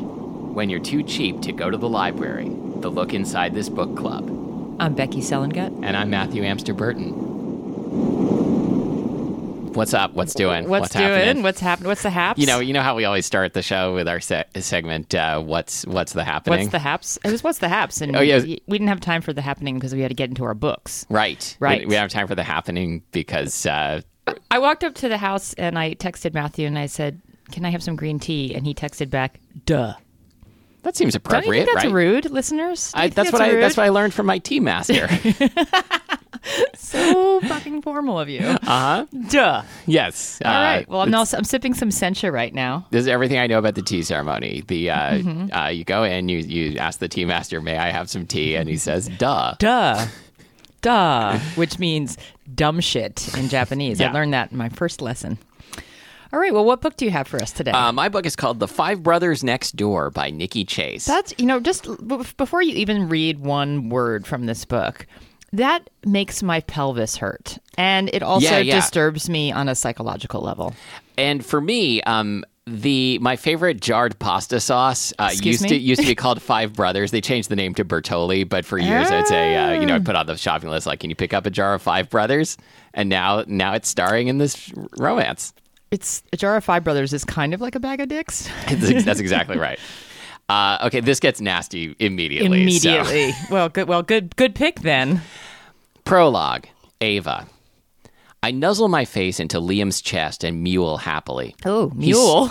when you're too cheap to go to the library. The look inside this book club. I'm Becky Selengut. And I'm Matthew Amster Burton. What's up? What's doing? What's, doing? happening? What's happening? What's the haps? you know, you know how we always start the show with our se- segment. Uh, what's what's the happening? what's the haps? It was what's the haps, and Oh, yeah. we, we didn't have time for the happening because we had to get into our books. right, Right. We, we don't have time for the happening because uh, I walked up to the house and I texted Matthew and I said, "Can I have some green tea?" And he texted back, "Duh." that seems Don't you appropriate, think that's right? rude, listeners? Don't I, you think that's what I. That's rude? what I learned from my tea master. so fucking formal of you. Uh-huh. Uh huh. Duh. yes. uh, All right. Well, I'm now I'm sipping some sencha right now. this is everything I know about the tea ceremony. The uh, Mm-hmm. uh, you go in, you you ask the tea master, "May I have some tea?" and he says, "Duh." Duh. Duh, which means dumb shit in Japanese. Yeah. I learned that in my first lesson. All right. Well, what book do you have for us today? Uh, my book is called "The Five Brothers Next Door" by Nikki Chase. That's you know just b- before you even read one word from this book, that makes my pelvis hurt, and it also Yeah, yeah. disturbs me on a psychological level. and for me, um, the my favorite jarred pasta sauce uh, Excuse used me? to used to be called Five Brothers. They changed the name to Bertoli, but for years I'd say uh, you know Oh. I'd put on the shopping list like, "Can you pick up a jar of Five Brothers?" And now now it's starring in this romance. It's a jar of five brothers is kind of like a bag of dicks. That's that's exactly right. Uh, okay, this gets nasty immediately. so- Immediately, well, good, well, good, good pick then. Prologue Ava. I nuzzle my face into Liam's chest and mule happily. Oh, mule.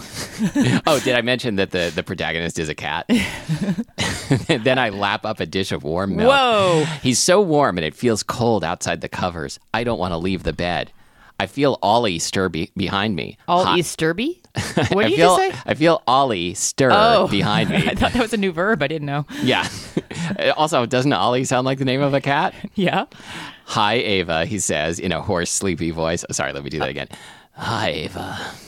Oh, did I mention that the, the protagonist is a cat? then I lap up a dish of warm milk. Whoa. He's so warm and it feels cold outside the covers. I don't want to leave the bed. I feel Ollie stir be- behind me. All Hot- Easterby. What I did you feel, just say? I feel Ollie stir Oh. behind me. I thought that was a new verb. I didn't know. Yeah. also, doesn't Ollie sound like the name of a cat? Yeah. Hi, Ava, he says in a hoarse, sleepy voice. Oh, sorry, let me do that again. Hi, Ava. Uh-huh.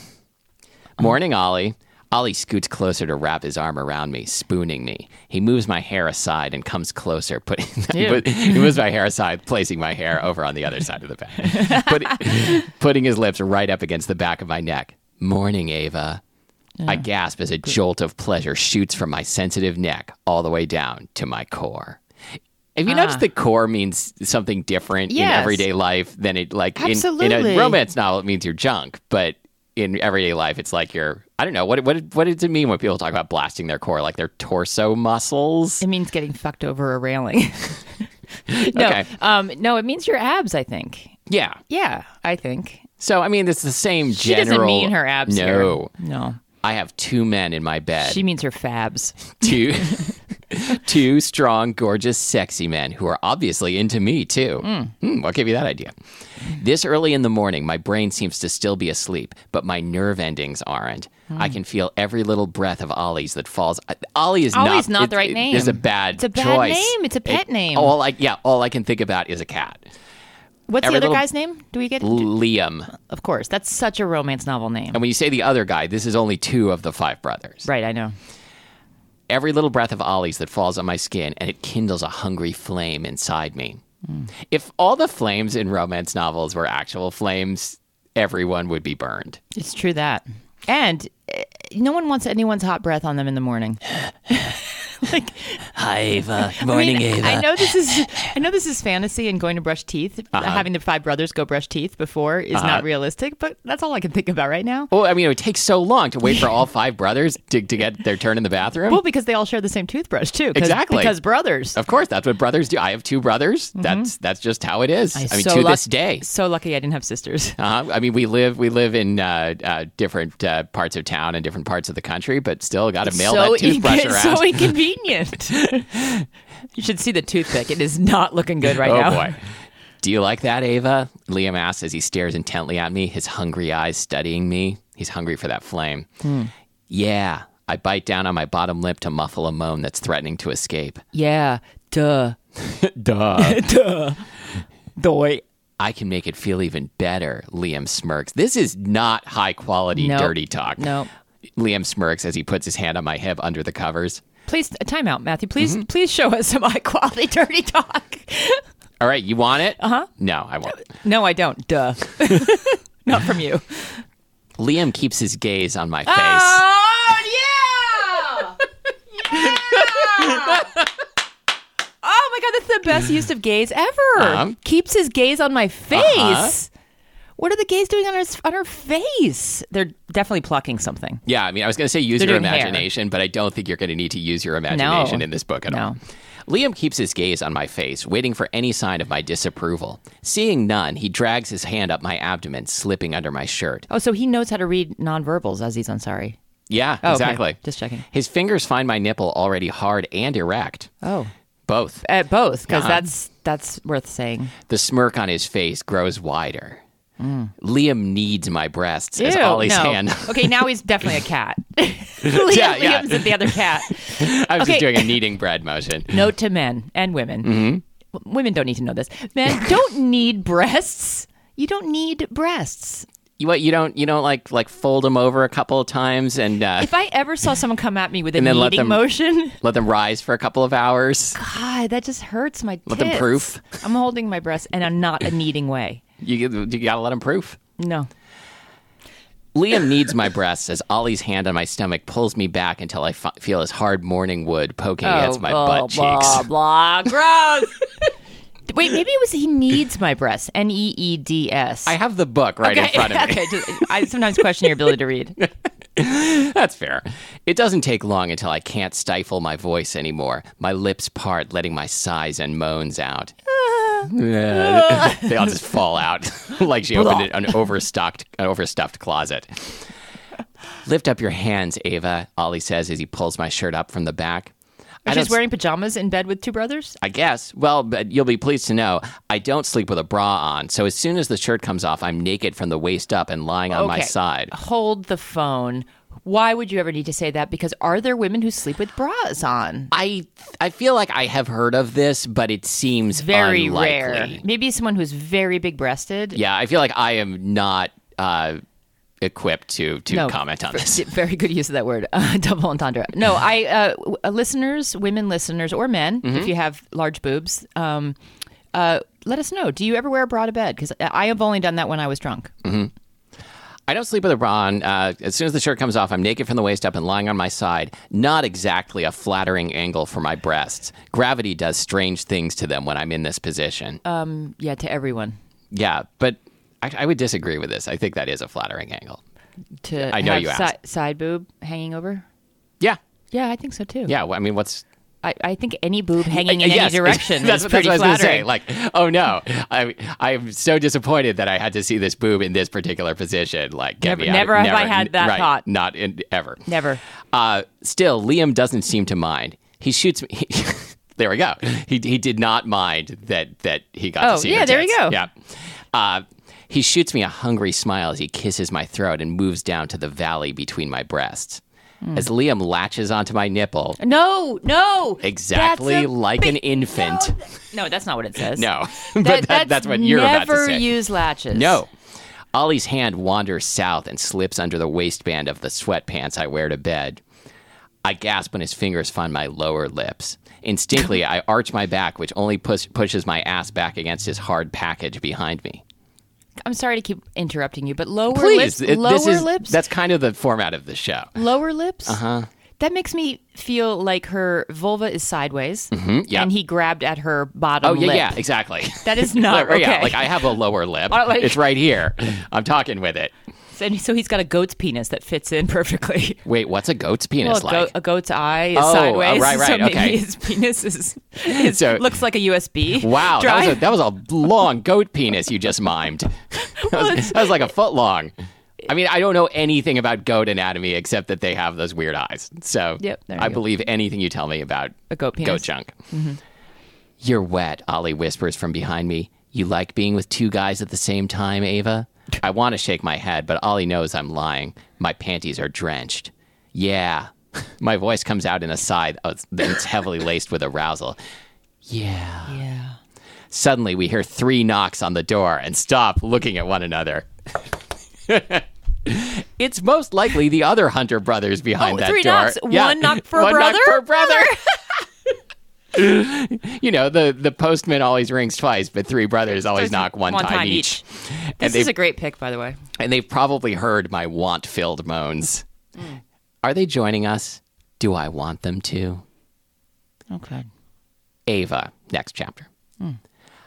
Morning, Ollie. Ollie scoots closer to wrap his arm around me, spooning me. He moves my hair aside and comes closer, putting Ew. he moves my hair aside, placing my hair over on the other side of the bed, Put, putting his lips right up against the back of my neck. Morning, Ava. I gasp as a jolt of pleasure shoots from my sensitive neck all the way down to my core. Have you noticed the core means something different in Ah. Yes. everyday life than it like in- in, a Absolutely. romance novel it means your junk, but in everyday life it's like your I don't know what what what does it mean when people talk about blasting their core like their torso muscles? It means getting fucked over a railing. no, Okay. um, no, it means your abs. I think. Yeah. Yeah, I think So I mean it's the same she general doesn't mean her abs. No. here. no, I have two men in my bed. she means her fabs. two two strong, gorgeous, sexy men who are obviously into me too. Hmm, what gave you that idea? This early in the morning, my brain seems to still be asleep, but my nerve endings aren't. I Hmm. can feel every little breath of Ollie's that falls. I- Ollie is Ollie's not it- the right it- name. It's a bad. It's a bad choice. name. It's a pet name. All I yeah, all I can think about is a cat. What's Every the other little- guy's name? Do we get? Liam. Of course, that's such a romance novel name. And when you say the other guy, this is only two of the five brothers. Right, I know. every little breath of Ollie's that falls on my skin, and it kindles a hungry flame inside me. If all the flames in romance novels were actual flames, everyone would be burned. It's true that, and eh, no one wants anyone's hot breath on them in the morning. Hi, Ava. I mean, I know this is I know this is fantasy and going to brush teeth, Uh-huh. having the five brothers go brush teeth before is not realistic, but that's all I can think about right now. Well, I mean, it would take so long to wait for all five brothers to, to get their turn in the bathroom. Well, because they all share the same toothbrush too. 'cause- Exactly. Because brothers. of course, that's what brothers do. I have two brothers. That's that's just how it is. I, mean, Mm-hmm. so to luck- this day. So lucky I didn't have sisters. Uh-huh. I mean, we live we live in uh, uh, different uh, parts of town and different parts of the country, but still got to mail so that toothbrush inco- around. so inconvenient. you should see the toothpick. It is not looking good right Oh now. boy. Do you like that, Ava? Liam asks as he stares intently at me, his hungry eyes studying me. He's hungry for that flame. Yeah. I bite down on my bottom lip to muffle a moan that's threatening to escape. Yeah. Duh. Duh. Doi. I can make it feel even better, Liam smirks. This is not high quality Nope. dirty talk. Nope. Liam smirks as he puts his hand on my hip under the covers. Please uh, time out, Matthew. Please please show us some high quality dirty talk. All right, you want it? Uh Uh-huh. huh. No, I won't. No, I don't. Duh. Not from you. Ah! Liam keeps his gaze on my face. Oh, yeah! Oh god, that's the best use of gaze ever. Um. Keeps his gaze on my face. Uh-huh. What are the gays doing on her on her face? They're definitely plucking something. Yeah, I mean, I was going to say use They're your doing hair. imagination, but I don't think you're going to need to use your imagination No. in this book at all. No. Liam keeps his gaze on my face, waiting for any sign of my disapproval. Seeing none, he drags his hand up my abdomen, slipping under my shirt. Oh, so he knows how to read nonverbals, Aziz Ansari. Yeah, Oh, okay. exactly. Just checking. His fingers find my nipple already hard and erect. Oh, Both. at both because that's that's worth saying. The smirk on his face grows wider. Liam needs my breasts, is Mm. Ew, Ollie's no. hand. okay, now he's definitely a cat. Liam, Yeah, yeah. Liam's the other cat. I was Okay. just doing a kneading bread motion. Note to men and women. Mm-hmm. W- Women don't need to know this. Men don't need breasts. You don't need breasts. You, what you don't you don't like like fold them over a couple of times and uh, If I ever saw someone come at me with a then let kneading them- motion, let them rise for a couple of hours. God, that just hurts my tits. them proof. I'm holding my breasts in a not a kneading way. You, you gotta let them proof. No. Liam needs my breasts as Ollie's hand on my stomach pulls me back until I f- feel his hard morning wood poking against my Oh, blah, butt blah, cheeks. Blah, gross. Wait, maybe it was he needs my breasts. N e e d s. I have the book right in front of me. okay, just, I sometimes question your ability to read. That's fair. It doesn't take long until I can't stifle my voice anymore. My lips part, letting my sighs and moans out. they all just fall out like she opened an overstocked, an overstuffed closet. Lift up your hands, Ava. Ollie says as he pulls my shirt up from the back. I She's don't- wearing pajamas in bed with two brothers. I guess. Well, but you'll be pleased to know I don't sleep with a bra on. So as soon as the shirt comes off, I'm naked from the waist up and lying on my Okay. side. Hold the phone. Why would you ever need to say that? Because are there women who sleep with bras on? I I feel like I have heard of this, but it seems Very unlikely. rare. Maybe someone who's very big breasted. Yeah, I feel like I am not uh, equipped to to No. comment on this. D- Very good use of that word, uh, double entendre. No, I uh, w- uh, listeners, women listeners, or men, if you have large boobs, um, uh, let us know. Do you ever wear a bra to bed? Because I have only done that when I was drunk. I don't sleep with a bra on. Uh, as soon as the shirt comes off, I'm naked from the waist up and lying on my side. Not exactly a flattering angle for my breasts. Gravity does strange things to them when I'm in this position. Uh. Yeah, to everyone. yeah, but I, I would disagree with this. I think that is a flattering angle. To I know have you si- asked. side boob hanging over. Yeah, Yeah, I think so too. yeah. well, I mean, what's I, I think any boob hanging in Yes, any direction that's, is what- pretty that's what I was gonna say. flattering. Like, oh no, I I am so disappointed that I had to see this boob in this particular position. Like, get Never- me out never of, have I had that right, thought. Not in, ever. Never. Uh, still, Liam doesn't seem to mind. He shoots me. he- there we go. He he did not mind that that he got Oh, to see. yeah, her there you tits. go. Yeah. Uh, he shoots me a hungry smile as he kisses my throat and moves down to the valley between my breasts. Hmm. As Liam latches onto my nipple, No, no. That's a exactly like an infant. No, that's not what it says. No, but That- that, that's, what you're about to never say. use latches. no. Ollie's hand wanders south and slips under the waistband of the sweatpants I wear to bed. I gasp when his fingers find my lower lips. Instinctively, I arch my back, which only push, pushes my ass back against his hard package behind me. I'm sorry to keep interrupting you, but lower Please, lips, it- lower this is, lips, That's Uh-huh. kind of the format of the show. lower lips. Uh huh. That makes me feel like her vulva is sideways, Mm-hmm, yeah. and he grabbed at her bottom. Oh yeah, lip. yeah, exactly. That is not Like, okay. Yeah, like I have a lower lip. like- it's right here. I'm talking with it. And so he's got a goat's penis that fits in perfectly. Wait, what's a goat's Well, penis a, like? goat- a goat's eye is Oh, oh, sideways, right, so right, maybe okay. his penis is, is- So- looks like a USB. Wow, drive. that was, a, that was a long goat penis you just mimed. That was, that was like a foot long. I mean, I don't know anything about goat anatomy except that they have those weird eyes. So Yep, there I you go. believe anything you tell me about A goat penis. Mm-hmm. goat junk. You're wet, Ollie whispers from behind me. You like being with two guys at the same time, Ava? I want to shake my head, but Ollie knows I'm lying. My panties are drenched. Yeah. My voice comes out in a sigh uh, that's heavily laced with arousal. Yeah. yeah. Suddenly, we hear three knocks on the door and stop looking at one another. it's most likely the other Hunter brothers behind Oh, that three door. knocks. One knock for one brother? knock for brother. you know the the postman always rings twice, but three brothers always knock one, time, each. This they- is a great pick, by the way. And they've probably heard my want filled moans. Mm. Are they joining us? Do I want them to? Okay. Ava, next chapter. Hmm.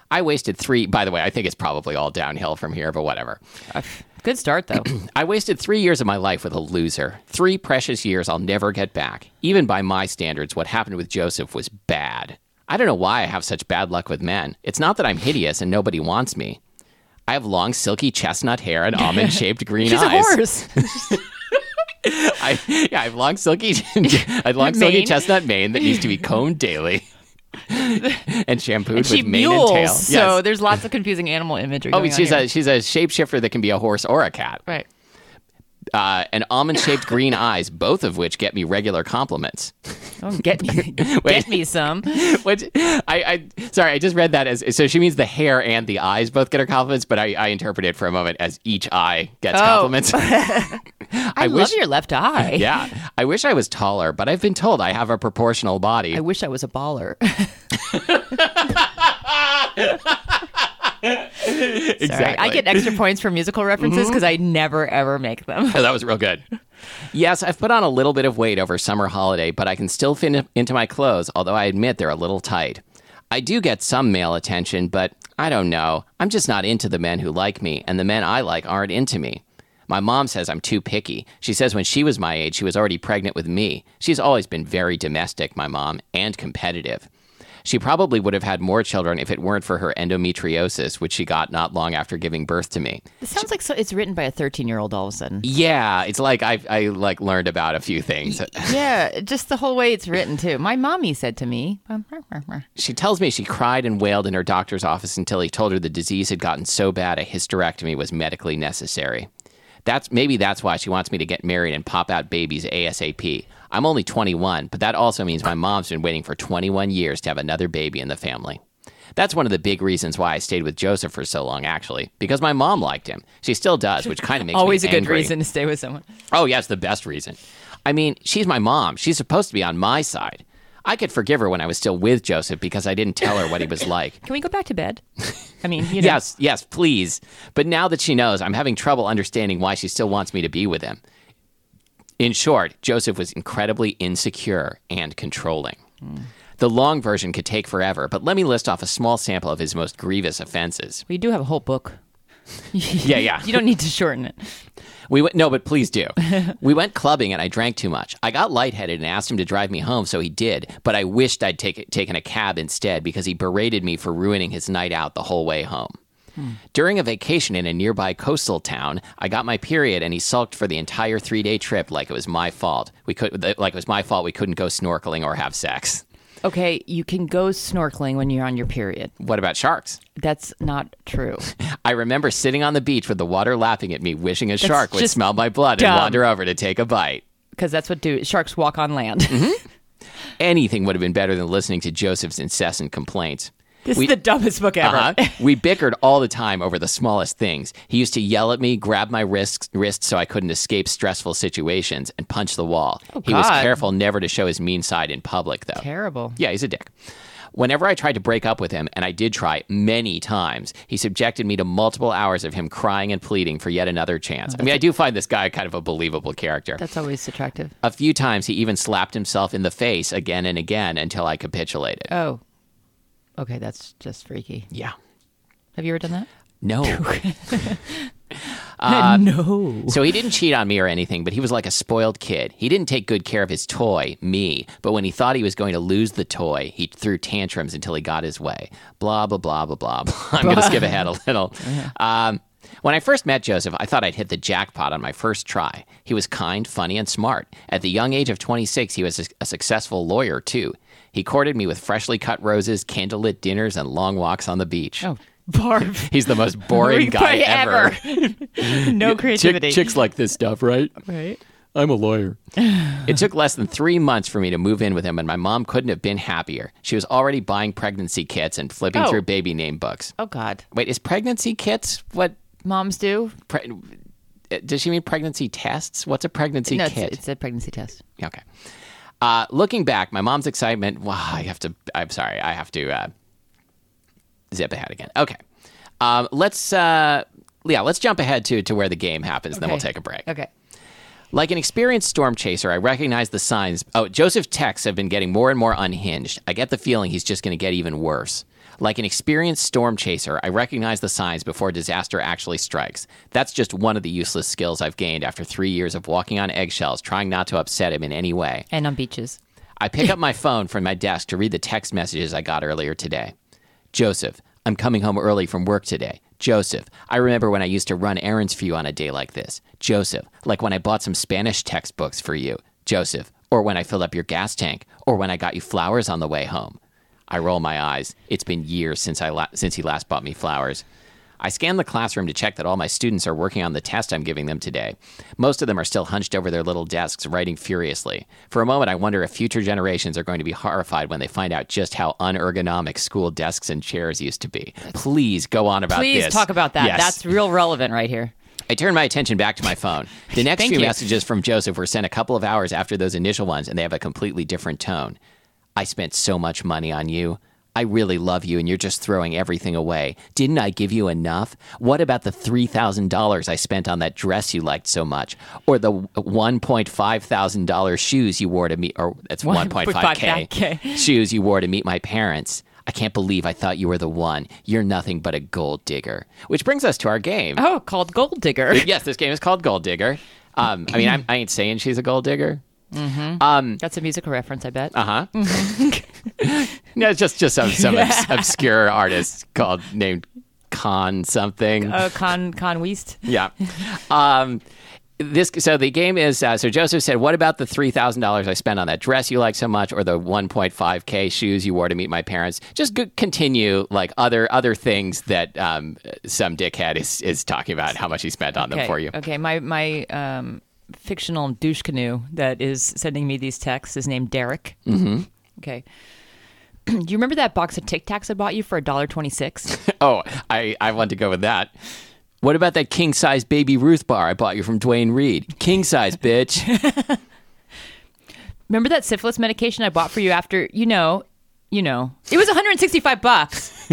I wasted three, by the way, I think it's probably all downhill from here, but whatever. Good start, though. I wasted three years of my life with a loser. Three precious years I'll never get back. Even by my standards, what happened with Joseph was bad. I don't know why I have such bad luck with men. It's not that I'm hideous and nobody wants me. I have long, silky chestnut hair and almond shaped green She's eyes. a horse. I, yeah, I have long, silky, I have long, silky Mane. chestnut mane that needs to be combed daily and shampooed she with mane mules. and tail. So there's lots of confusing animal imagery. Oh, going on she's here. a she's a shapeshifter that can be a horse or a cat. right. Uh, and almond-shaped green eyes, both of which get me regular compliments. Oh, get me, get me some. Which I, I sorry, I just read that as so she means the hair and the eyes both get her compliments, but I, I interpret it for a moment as each eye gets Oh. compliments. I, love wish- your left eye. yeah, I wish I was taller, but I've been told I have a proportional body. I wish I was a baller. Sorry, I get extra points for musical Mm-hmm. references because I never ever make them. Oh, that was real good. Yes, I've put on a little bit of weight over summer holiday, but I can still fit in- into my clothes, although I admit they're a little tight. I do get some male attention, but I don't know. I'm just not into the men who like me, and the men I like aren't into me. My mom says I'm too picky. She says when she was my age, she was already pregnant with me. She's always been very domestic, my mom, and competitive. She probably would have had more children if it weren't for her endometriosis, which she got not long after giving birth to me. It sounds like so, it's written by a 13 year old all of a sudden. Yeah, it's like I I like learned about a few things. Yeah, just the whole way it's written too. My mommy said to me, She tells me she cried and wailed in her doctor's office until he told her the disease had gotten so bad a hysterectomy was medically necessary. That's maybe that's why she wants me to get married and pop out babies ASAP. I'm only 21, but that also means my mom's been waiting for 21 years to have another baby in the family. That's one of the big reasons why I stayed with Joseph for so long, actually, because my mom liked him. She still does, which kind of makes always a me good angry. reason to stay with someone. Oh, yeah, it's the best reason. I mean, she's my mom. She's supposed to be on my side. I could forgive her when I was still with Joseph because I didn't tell her what he was like. Can we go back to bed? I mean, you know, yes, yes, please. But now that she knows, I'm having trouble understanding why she still wants me to be with him. In short, Joseph was incredibly insecure and controlling. The long version could take forever, but let me list off a small sample of his most grievous offenses. we do have a whole book. Yeah, yeah. You don't need to shorten it. We went no, but please do. we went clubbing and I drank too much. I got lightheaded and asked him to drive me home, so he did. But I wished I'd take, taken a cab instead because he berated me for ruining his night out the whole way home. Hmm. During a vacation in a nearby coastal town, I got my period and he sulked for the entire three day trip like it was my fault. We could like it was my fault we couldn't go snorkeling or have sex. Okay, you can go snorkeling when you're on your period. What about sharks? That's not true. I remember sitting on the beach with the water lapping at me, wishing a shark would just smell my blood dumb. and wander over to take a bite. Because that's what do sharks walk on land. anything would have been better than listening to Joseph's incessant complaints. This is the dumbest book ever. Uh-huh. we bickered all the time over the smallest things. He used to yell at me, grab my wrists, wrists so I couldn't escape stressful situations, and punch the wall. he was Oh, God. careful never to show his mean side in public, though. Terrible. Yeah, he's a dick. Whenever I tried to break up with him, and I did try many times, he subjected me to multiple hours of him crying and pleading for yet another chance. I mean, I do find this guy kind of a believable character. That's always attractive. A few times he even slapped himself in the face again and again until I capitulated. Oh. Okay, that's just freaky. Yeah. Have you ever done that? No. no. Uh, so he didn't cheat on me or anything, but he was like a spoiled kid. He didn't take good care of his toy, me, but when he thought he was going to lose the toy, he threw tantrums until he got his way. Blah, blah, blah, blah, blah. blah. I'm going to skip ahead a little. Um, when I first met Joseph, I thought I'd hit the jackpot on my first try. He was kind, funny, and smart. At the young age of 26, he was a, a successful lawyer, too. He courted me with freshly cut roses, candlelit dinners, and long walks on the beach. Oh, barf. He's the most boring guy ever. no creativity. chicks like this stuff, right? Right. I'm a lawyer. it took less than three months for me to move in with him, and my mom couldn't have been happier. She was already buying pregnancy kits and flipping Oh. through baby name books. Oh God. Wait, is pregnancy kits what? Moms do. Pre- uh, does she mean pregnancy tests? What's a pregnancy No, it's, kit? it's a pregnancy test. Okay. Uh, looking back, my mom's excitement. Wow, I have to. I'm sorry. I have to uh, zip ahead again. Okay. Um, let's. Uh, yeah, let's jump ahead to to where the game happens, and then we'll Okay. take a break. Okay. Like an experienced storm chaser, I recognize the signs. Oh, Joseph Tex have been getting more and more unhinged. I get the feeling he's just going to get even worse. Like an experienced storm chaser, I recognize the signs before disaster actually strikes. That's just one of the useless skills I've gained after three years of walking on eggshells, trying not to upset him in any way. and on beaches. I pick up my phone from my desk to read the text messages I got earlier today. Joseph, I'm coming home early from work today. Joseph, I remember when I used to run errands for you on a day like this. Joseph, like when I bought some Spanish textbooks for you. Joseph, or when I filled up your gas tank, or when I got you flowers on the way home. I roll my eyes. It's been years since I la- since he last bought me flowers. I scan the classroom to check that all my students are working on the test I'm giving them today. Most of them are still hunched over their little desks, writing furiously. For a moment, I wonder if future generations are going to be horrified when they find out just how unergonomic school desks and chairs used to be. Please go on about Please this. talk about that. Uh, Yes. That's real relevant right here. I turned my attention back to my phone. The next Thank few you. messages from Joseph were sent a couple of hours after those initial ones, and they have a completely different tone. I spent so much money on you. I really love you, and you're just throwing everything away. Didn't I give you enough? What about the $3,000 I spent on that dress you liked so much? Or the $1.5 thousand dollar shoes you wore to meet, or that's 1.5K 1.5K. shoes you wore to meet my parents? I can't believe I thought you were the one. You're nothing but a gold digger. Which brings us to our game Oh, called Gold Digger. yes, this game is called Gold Digger. Um, I mean, I'm, I ain't saying she's a gold digger. That's a musical reference, I bet. Uh huh. no, it's just just some some obs- obscure artist called named Con something. Oh, Con Con Weast. yeah. Um, this so the game is uh, so Joseph said, "What about the three thousand dollars I spent on that dress you like so much, or the one point five k shoes you wore to meet my parents?" Just go- continue like other other things that um, some dickhead is is talking about how much he spent on them for you. Okay, my my um, fictional douche canoe that is sending me these texts is named Derek. Mm-hmm. Okay. Do you remember that box of Tic Tacs I bought you for $1.26? Oh, I, I want to go with that. What about that king size baby Ruth bar I bought you from Dwayne Reed? King size, bitch. remember that syphilis medication I bought for you after, you know, you know. It was 165 bucks.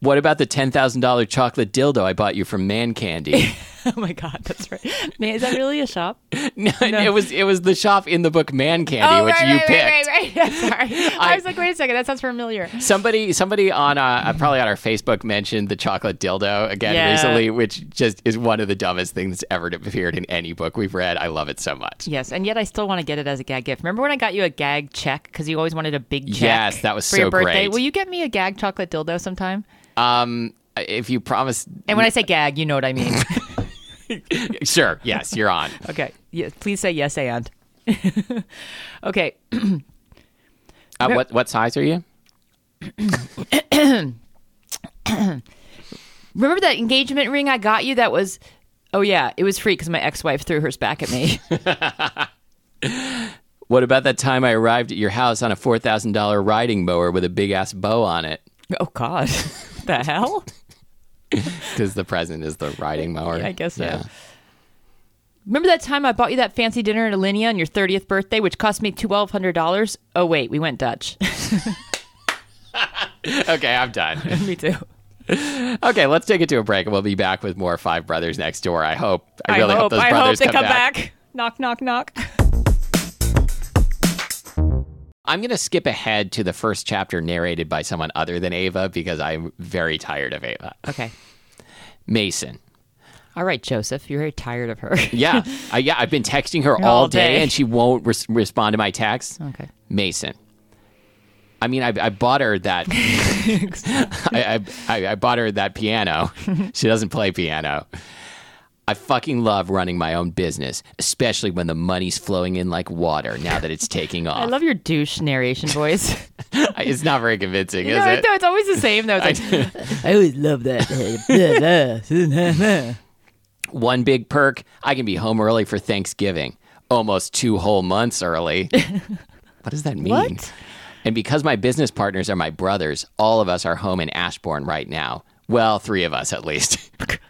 what about the $10,000 chocolate dildo I bought you from Man Candy? oh my god, that's right. Man, is that really a shop? no, It was it was the shop in the book Man Candy, Oh, which right, you right, picked. right, right, right. Sorry. I, I- was like, wait a second, that sounds familiar. Somebody somebody on uh, probably on our Facebook mentioned the chocolate dildo again Yeah. recently, which just is one of the dumbest things that's ever appeared in any book we've read. I love it so much. Yes, and yet I still want to get it as a gag gift. Remember when I got you a gag check because you always wanted a big check? Yes, that was for your so birthday. great. Will you get me a gag chocolate dildo sometime? Um if you promise And when I say gag, you know what I mean. sure, yes, you're on. okay, yeah, please say yes and. okay, Uh, what what size are you? remember that engagement ring I got you? That was, oh yeah, it was free because my ex-wife threw hers back at me. What about that time I arrived at your house on a four thousand dollar riding mower with a big ass bow on it? oh God, the hell? Because the present is the riding mower. I guess so. Remember that time I bought you that fancy dinner at Alinea on your 30th birthday, which cost me $1,200? Oh, wait, we went Dutch. Okay, I'm done. me too. Okay, let's take it to a break, and we'll be back with more Five Brothers Next Door. I hope. I I really hope, hope, those I hope brothers they come, back. Knock, knock, knock. I'm going to skip ahead to the first chapter narrated by someone other than Ava because I'm very tired of Ava. Okay. Mason. All right, Joseph, you're very tired of her. Yeah, I, yeah. I've been texting her all day, day. and she won't res- respond to my texts. Okay. Mason. I mean, I, I bought her that. I, I- I I bought her that piano. she doesn't play piano. I fucking love running my own business, especially when the money's flowing in like water. Now that it's taking off, I love your douche narration voice. it's not very convincing, no, is I it? know, it's always the same, though. It's like, I always love uh, that. One big perk: I can be home early for Thanksgiving, almost two whole months early. what does that mean? What? And because my business partners are my brothers, all of us are home in Ashbourne right now. Well, three of us at least.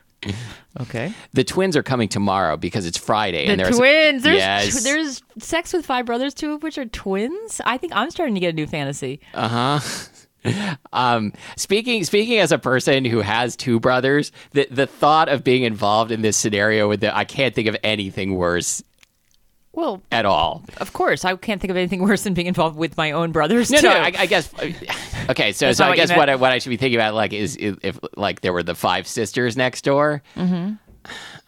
okay. The twins are coming tomorrow because it's Friday. The and there's twins. There's, yes. there's sex with five brothers, two of which are twins. I think I'm starting to get a new fantasy. uh huh. Um, speaking speaking as a person who has two brothers, the the thought of being involved in this scenario with the I can't think of anything worse Well, at all. of course, I can't think of anything worse than being involved with my own brothers. No, too. no, I, I guess. Okay, so so not I what you guess meant. what I, what I should be thinking about like is if, if, like there were the five sisters next door. Mm-hmm.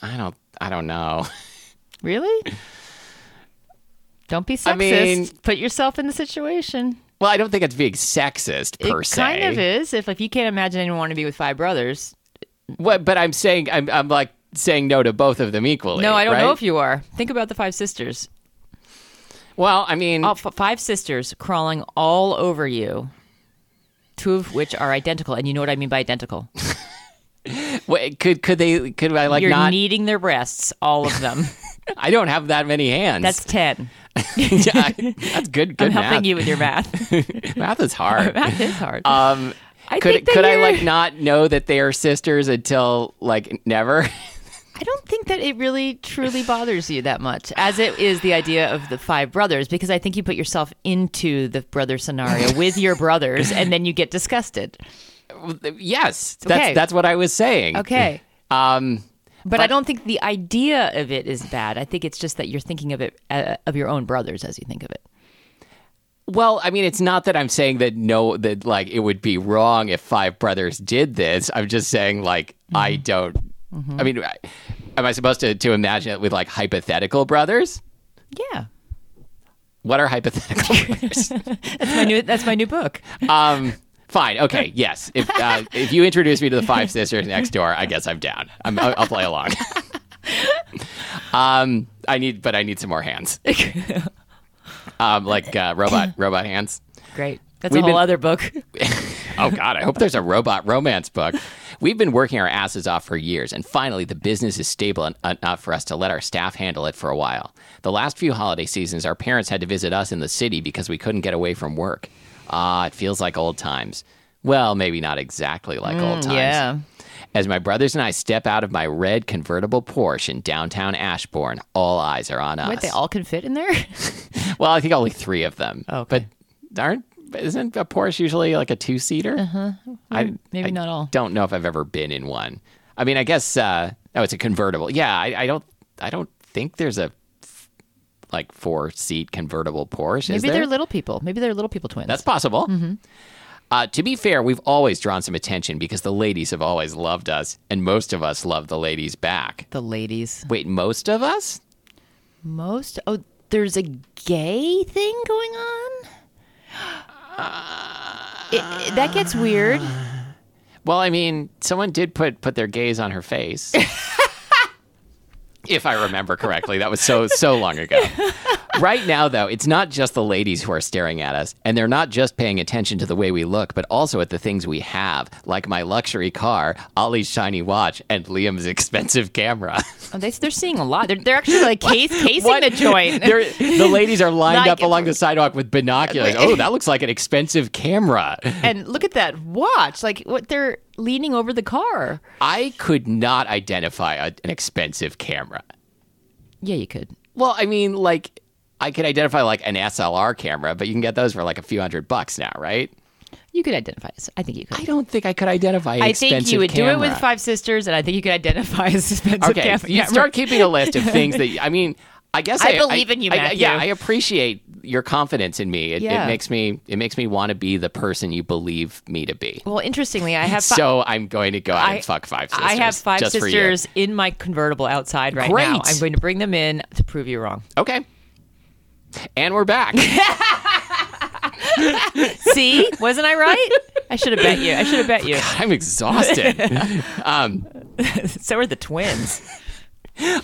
I don't I don't know. really. Don't be sexist. I mean- Put yourself in the situation. Well, I don't think it's being sexist per it se. kind of is. If if you can't imagine anyone wanting to be with five brothers, What, but I'm saying I'm I'm like saying no to both of them equally. no, I don't know right? if you are. Think about the five sisters. Well, I mean, All f- five sisters crawling all over you. Two of which are identical, and you know what I mean by identical. wait, could could they could I like You're not? kneading their breasts, all of them. I don't have that many hands. That's ten. Yeah, that's good. Good I'm math. helping you with your math. Math is hard. math is hard. Um, I could think that could I you're- like not know that they are sisters until like never? I don't think that it really truly bothers you that much as it is the idea of the five brothers because I think you put yourself into the brother scenario with your brothers and then you get disgusted. yes, that's Okay. that's what I was saying. Okay. Um, But, I don't think the idea of it is bad. I think it's just that you're thinking of it uh, of your own brothers as you think of it. well, I mean, it's not that I'm saying that no, that like it would be wrong if five brothers did this. I'm just saying like I Mm-hmm. don't. I mean, I- am I supposed to to imagine it with like hypothetical brothers? Yeah. What are hypothetical brothers? That's my new that's my new book. Um, fine. Okay. Yes. If uh, if you introduce me to the five sisters next door, I guess I'm down. I'm, I'll, I'll play along. um, I need, but I need some more hands. um, like uh, robot robot hands. Great. That's We've a whole been- other book. Oh God, I hope there's a robot romance book. We've been working our asses off for years, and finally, the business is stable en- enough for us to let our staff handle it for a while. The last few holiday seasons, our parents had to visit us in the city because we couldn't get away from work. Ah, it feels like old times. Well, maybe not exactly like old times. Mm, yeah. As my brothers and I step out of my red convertible Porsche in downtown Ashbourne, all eyes are on us. What they all can fit in there? Well, I think only three of them. Okay. But aren't isn't a Porsche usually like a two seater? Uh-huh. I Mm, Maybe I not all. Don't know if I've ever been in one. I mean, I guess uh, oh, it's a convertible. Yeah, I, I don't I don't think there's a f- like four seat convertible Porsche. is Maybe there? they're Mm-hmm. little people. Maybe they're little people twins. That's possible. Uh, to be fair, we've always drawn some attention because the ladies have always loved us, and most of us love the ladies back. the ladies. Wait, most of us? Most oh there's a gay thing going on? Uh, It- it- that gets weird. Well, I mean, someone did put put their gaze on her face. if I remember correctly, that was so so long ago. Right now though, it's not just the ladies who are staring at us, and they're not just paying attention to the way we look, but also at the things we have, like my luxury car, Ollie's shiny watch, and Liam's expensive camera. Oh, they, they're seeing a lot. They're, they're actually like case, casing What? the joint. They're- the ladies are lined Like- up along the sidewalk with binoculars. Oh, that looks like an expensive camera. and look at that watch. Like what they're leaning over the car. I could not identify a, an expensive camera. Yeah, you could. Well, I mean, like, I could identify like an SLR camera, but you can get those for like a few hundred bucks now, right? You could identify as I think you could. I don't think I could identify. An I think you expensive would do it with camera. Five Sisters, and I think you could identify as expensive Okay, camp- you camera. start keeping a list of things that I mean. I guess I I, believe in you, I- Matthew. yeah, I appreciate your confidence in me. It, Yeah. it makes me it makes me want to be the person you believe me to be. well, interestingly, I have fi- So I'm going to go out I- and fuck five sisters. I have five just for you. sisters in my convertible outside right now. Great. I'm going to bring them in to prove you wrong. Okay, and we're back. See, wasn't I right? I should have bet you. I should have bet you. I'm exhausted. So are the twins.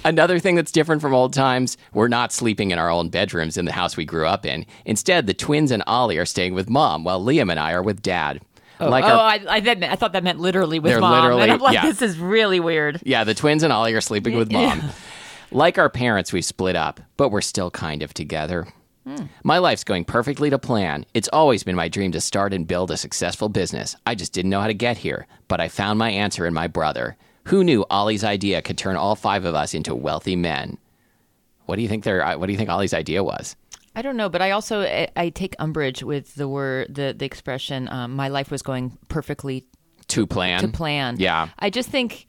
Another thing that's different from old times, we're not sleeping in our own bedrooms in the house we grew up in. Instead, the twins and Ollie are staying with mom, while Liam and I are with dad. like oh, our, I, I, that meant, I thought that meant literally with They're mom. literally- and I'm like, yeah. this is really weird. yeah, the twins and Ollie are sleeping with mom. like our parents, we split up, but we're still kind of together. My life's going perfectly to plan. It's always been my dream to start and build a successful business. I just didn't know how to get here, but I found my answer in my brother. Who knew Ollie's idea could turn all five of us into wealthy men? What do you think their what do you think Ollie's idea was? I don't know, but I also I, I take umbrage with the word the the expression. Um, my life was going perfectly To plan. to plan. Yeah. I just think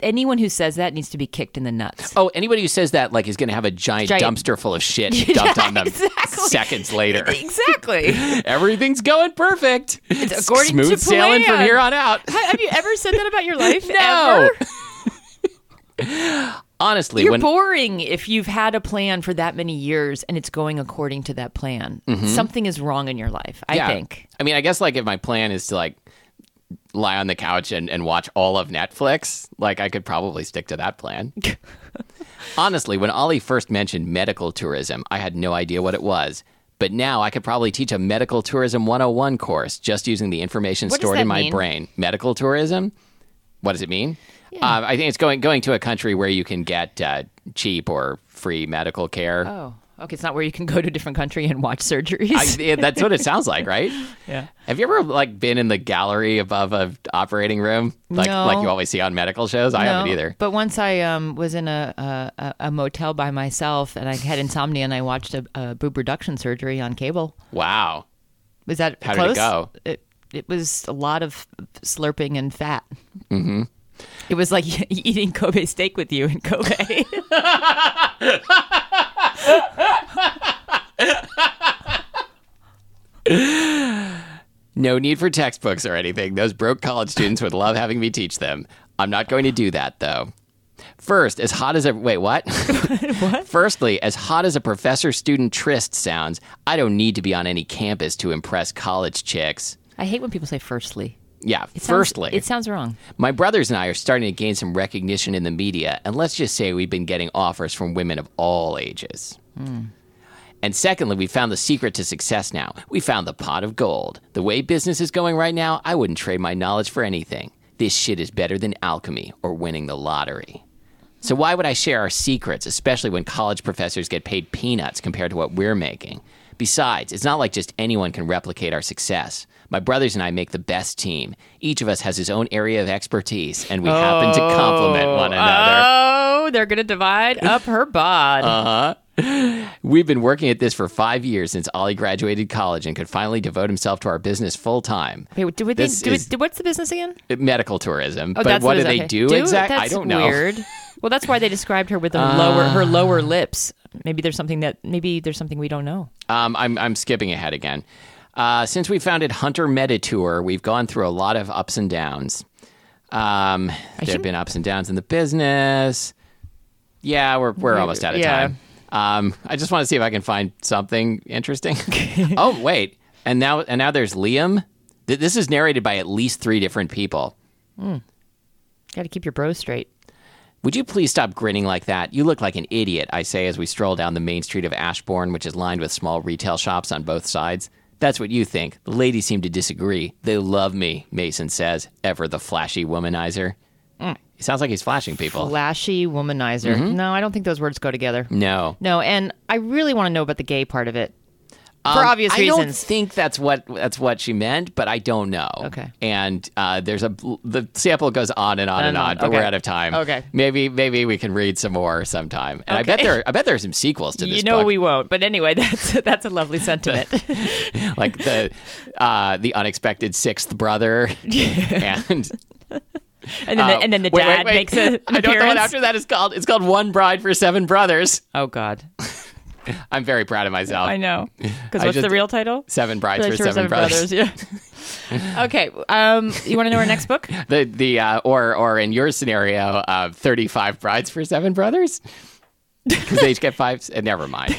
anyone who says that needs to be kicked in the nuts. Oh, anybody who says that like is going to have a giant, Giant- dumpster full of shit dumped on them exactly. seconds later. Exactly. Everything's going perfect. It's according smooth to sailing from plan. here on out. Have you ever said that about your life? No. Ever? Honestly, You're when boring if you've had a plan for that many years and it's going according to that plan. Something is wrong in your life, I Mm-hmm. yeah. think. I mean, I guess like if my plan is to like lie on the couch and, and watch all of Netflix, like I could probably stick to that plan. Honestly, when Ollie first mentioned medical tourism, I had no idea what it was. But now I could probably teach a medical tourism 101 course just using the information What does stored in that my mean? brain. Medical tourism? What does it mean? Uh, I think it's going going to a country where you can get uh, cheap or free medical care. Oh, okay. It's not where you can go to a different country and watch surgeries. I, yeah, that's what it sounds like, right? yeah. Have you ever like been in the gallery above a operating room, like No. like you always see on medical shows? I haven't No, either. But once I um, was in a, a- a a motel by myself and I had insomnia and I watched a, a boob reduction surgery on cable. Wow, Was that How did it close? go? It, it was a lot of slurping and fat. Mm-hmm. It was like eating Kobe steak with you in Kobe. no need for textbooks or anything. Those broke college students would love having me teach them. I'm not going to do that though. First, as hot as a wait, what? what? Firstly, as hot as a professor-student tryst sounds, I don't need to be on any campus to impress college chicks. I hate when people say firstly. Yeah, It sounds- firstly, it sounds wrong. My brothers and I are starting to gain some recognition in the media, and let's just say we've been getting offers from women of all ages. And secondly, we found the secret to success now. We found the pot of gold. The way business is going right now, I wouldn't trade my knowledge for anything. This shit is better than alchemy or winning the lottery. So why would I share our secrets, especially when college professors get paid peanuts compared to what we're making? Besides, it's not like just anyone can replicate our success. My brothers and I make the best team. Each of us has his own area of expertise, and we happen to complement one another. Oh, they're gonna divide up her bod. Uh, We've been working at this for five years since Ollie graduated college and could finally devote himself to our business full time. Wait, what- do what they, This do what- is- do- what's the business again? Medical tourism. but Oh, that's what it do is. they Okay. do, exactly? I That's don't know. Uh. Weird. Well, that's why they described her with her lower her lower lips. Maybe there's something that maybe there's something we don't know. Um, I'm, I'm skipping ahead again. Uh, since we founded Hunter Meditour, we've gone through a lot of ups and downs. Um, there have shouldn't- been ups and downs in the business. Yeah, we're, we're almost out of yeah. time. Um, I just want to see if I can find something interesting. oh, wait. And now, and now there's Liam. Th- this is narrated by at least three different people. Got to keep your bros straight. Would you please stop grinning like that? You look like an idiot, I say as we stroll down the main street of Ashbourne, which is lined with small retail shops on both sides. That's what you think. The ladies seem to disagree. They love me, Mason says, ever the flashy womanizer. It sounds like he's flashing people. Flashy womanizer. Mm-hmm. No, I don't think those words go together. no. No, and I really want to know about the gay part of it for Um, obvious I don't reasons. think that's what that's what she meant, but I don't know. Okay. And uh, there's a the sample goes on and on and, And on, on. but we're Uh-huh. Okay. out of time. Okay. Maybe maybe we can read some more sometime. And I bet there I bet there are some sequels to this. you know book. we won't. But anyway, that's that's a lovely sentiment. like the uh, the unexpected sixth brother, and uh, and then the, and then the wait, dad wait, wait. makes a, an I don't know what appearance. after that is called. It's called One Bride for Seven Brothers. oh God, I'm very proud of myself. Oh. I know. Because I what's the just- real title? Seven brides for Relationship seven, brothers. Yeah. okay. Um, you want to know our next book? The the uh, or or in your scenario, uh, thirty five brides for seven brothers. Because they each get five. uh, Never mind.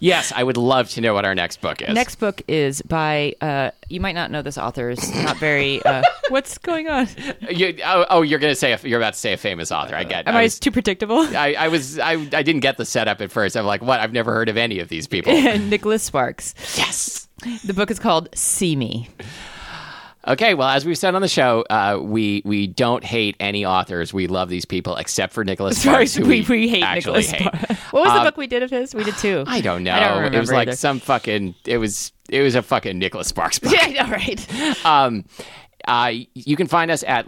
yes, I would love to know what our next book is. Next book is by uh, you might not know this author. It's not very. Uh, what's going on? You- oh, oh, you're gonna say a, you're about to say a famous author. I get. it. Am I I was- too predictable? I, I was I, I didn't get the setup at first. I'm like, what? I've never heard of any of these people. Nicholas Sparks. yes. The book is called See Me. Okay. Well, as we've said on the show, uh, we we don't hate any authors. We love these people, except for Nicholas Sparks, who we, we, we hate actually Nicholas hate. Sparks. What was the book we did of his? We did two. I don't know. I don't remember it was like either. some fucking. It was it was a fucking Nicholas Sparks book. yeah, all right. Um, Uh, you can find us at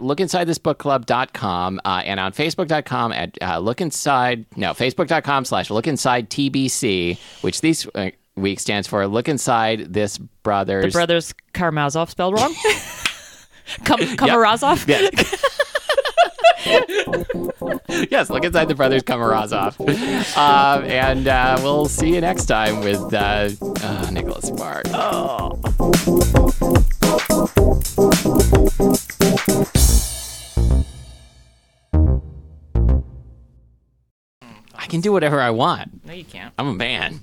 lookinsidethisbookclub.com uh, and on facebook.com at uh, lookinside, no, facebook.com slash lookinsidetbc, which these uh, week stands for Look Inside This Brothers. Brothers Karamazov spelled wrong. Kam- Kamarazov. Yes. yes, look inside the brothers Kamarazov. Um, and uh, we'll see you next time with uh, uh, Nicholas Sparks. I can do whatever I want. No, you can't. I'm a man.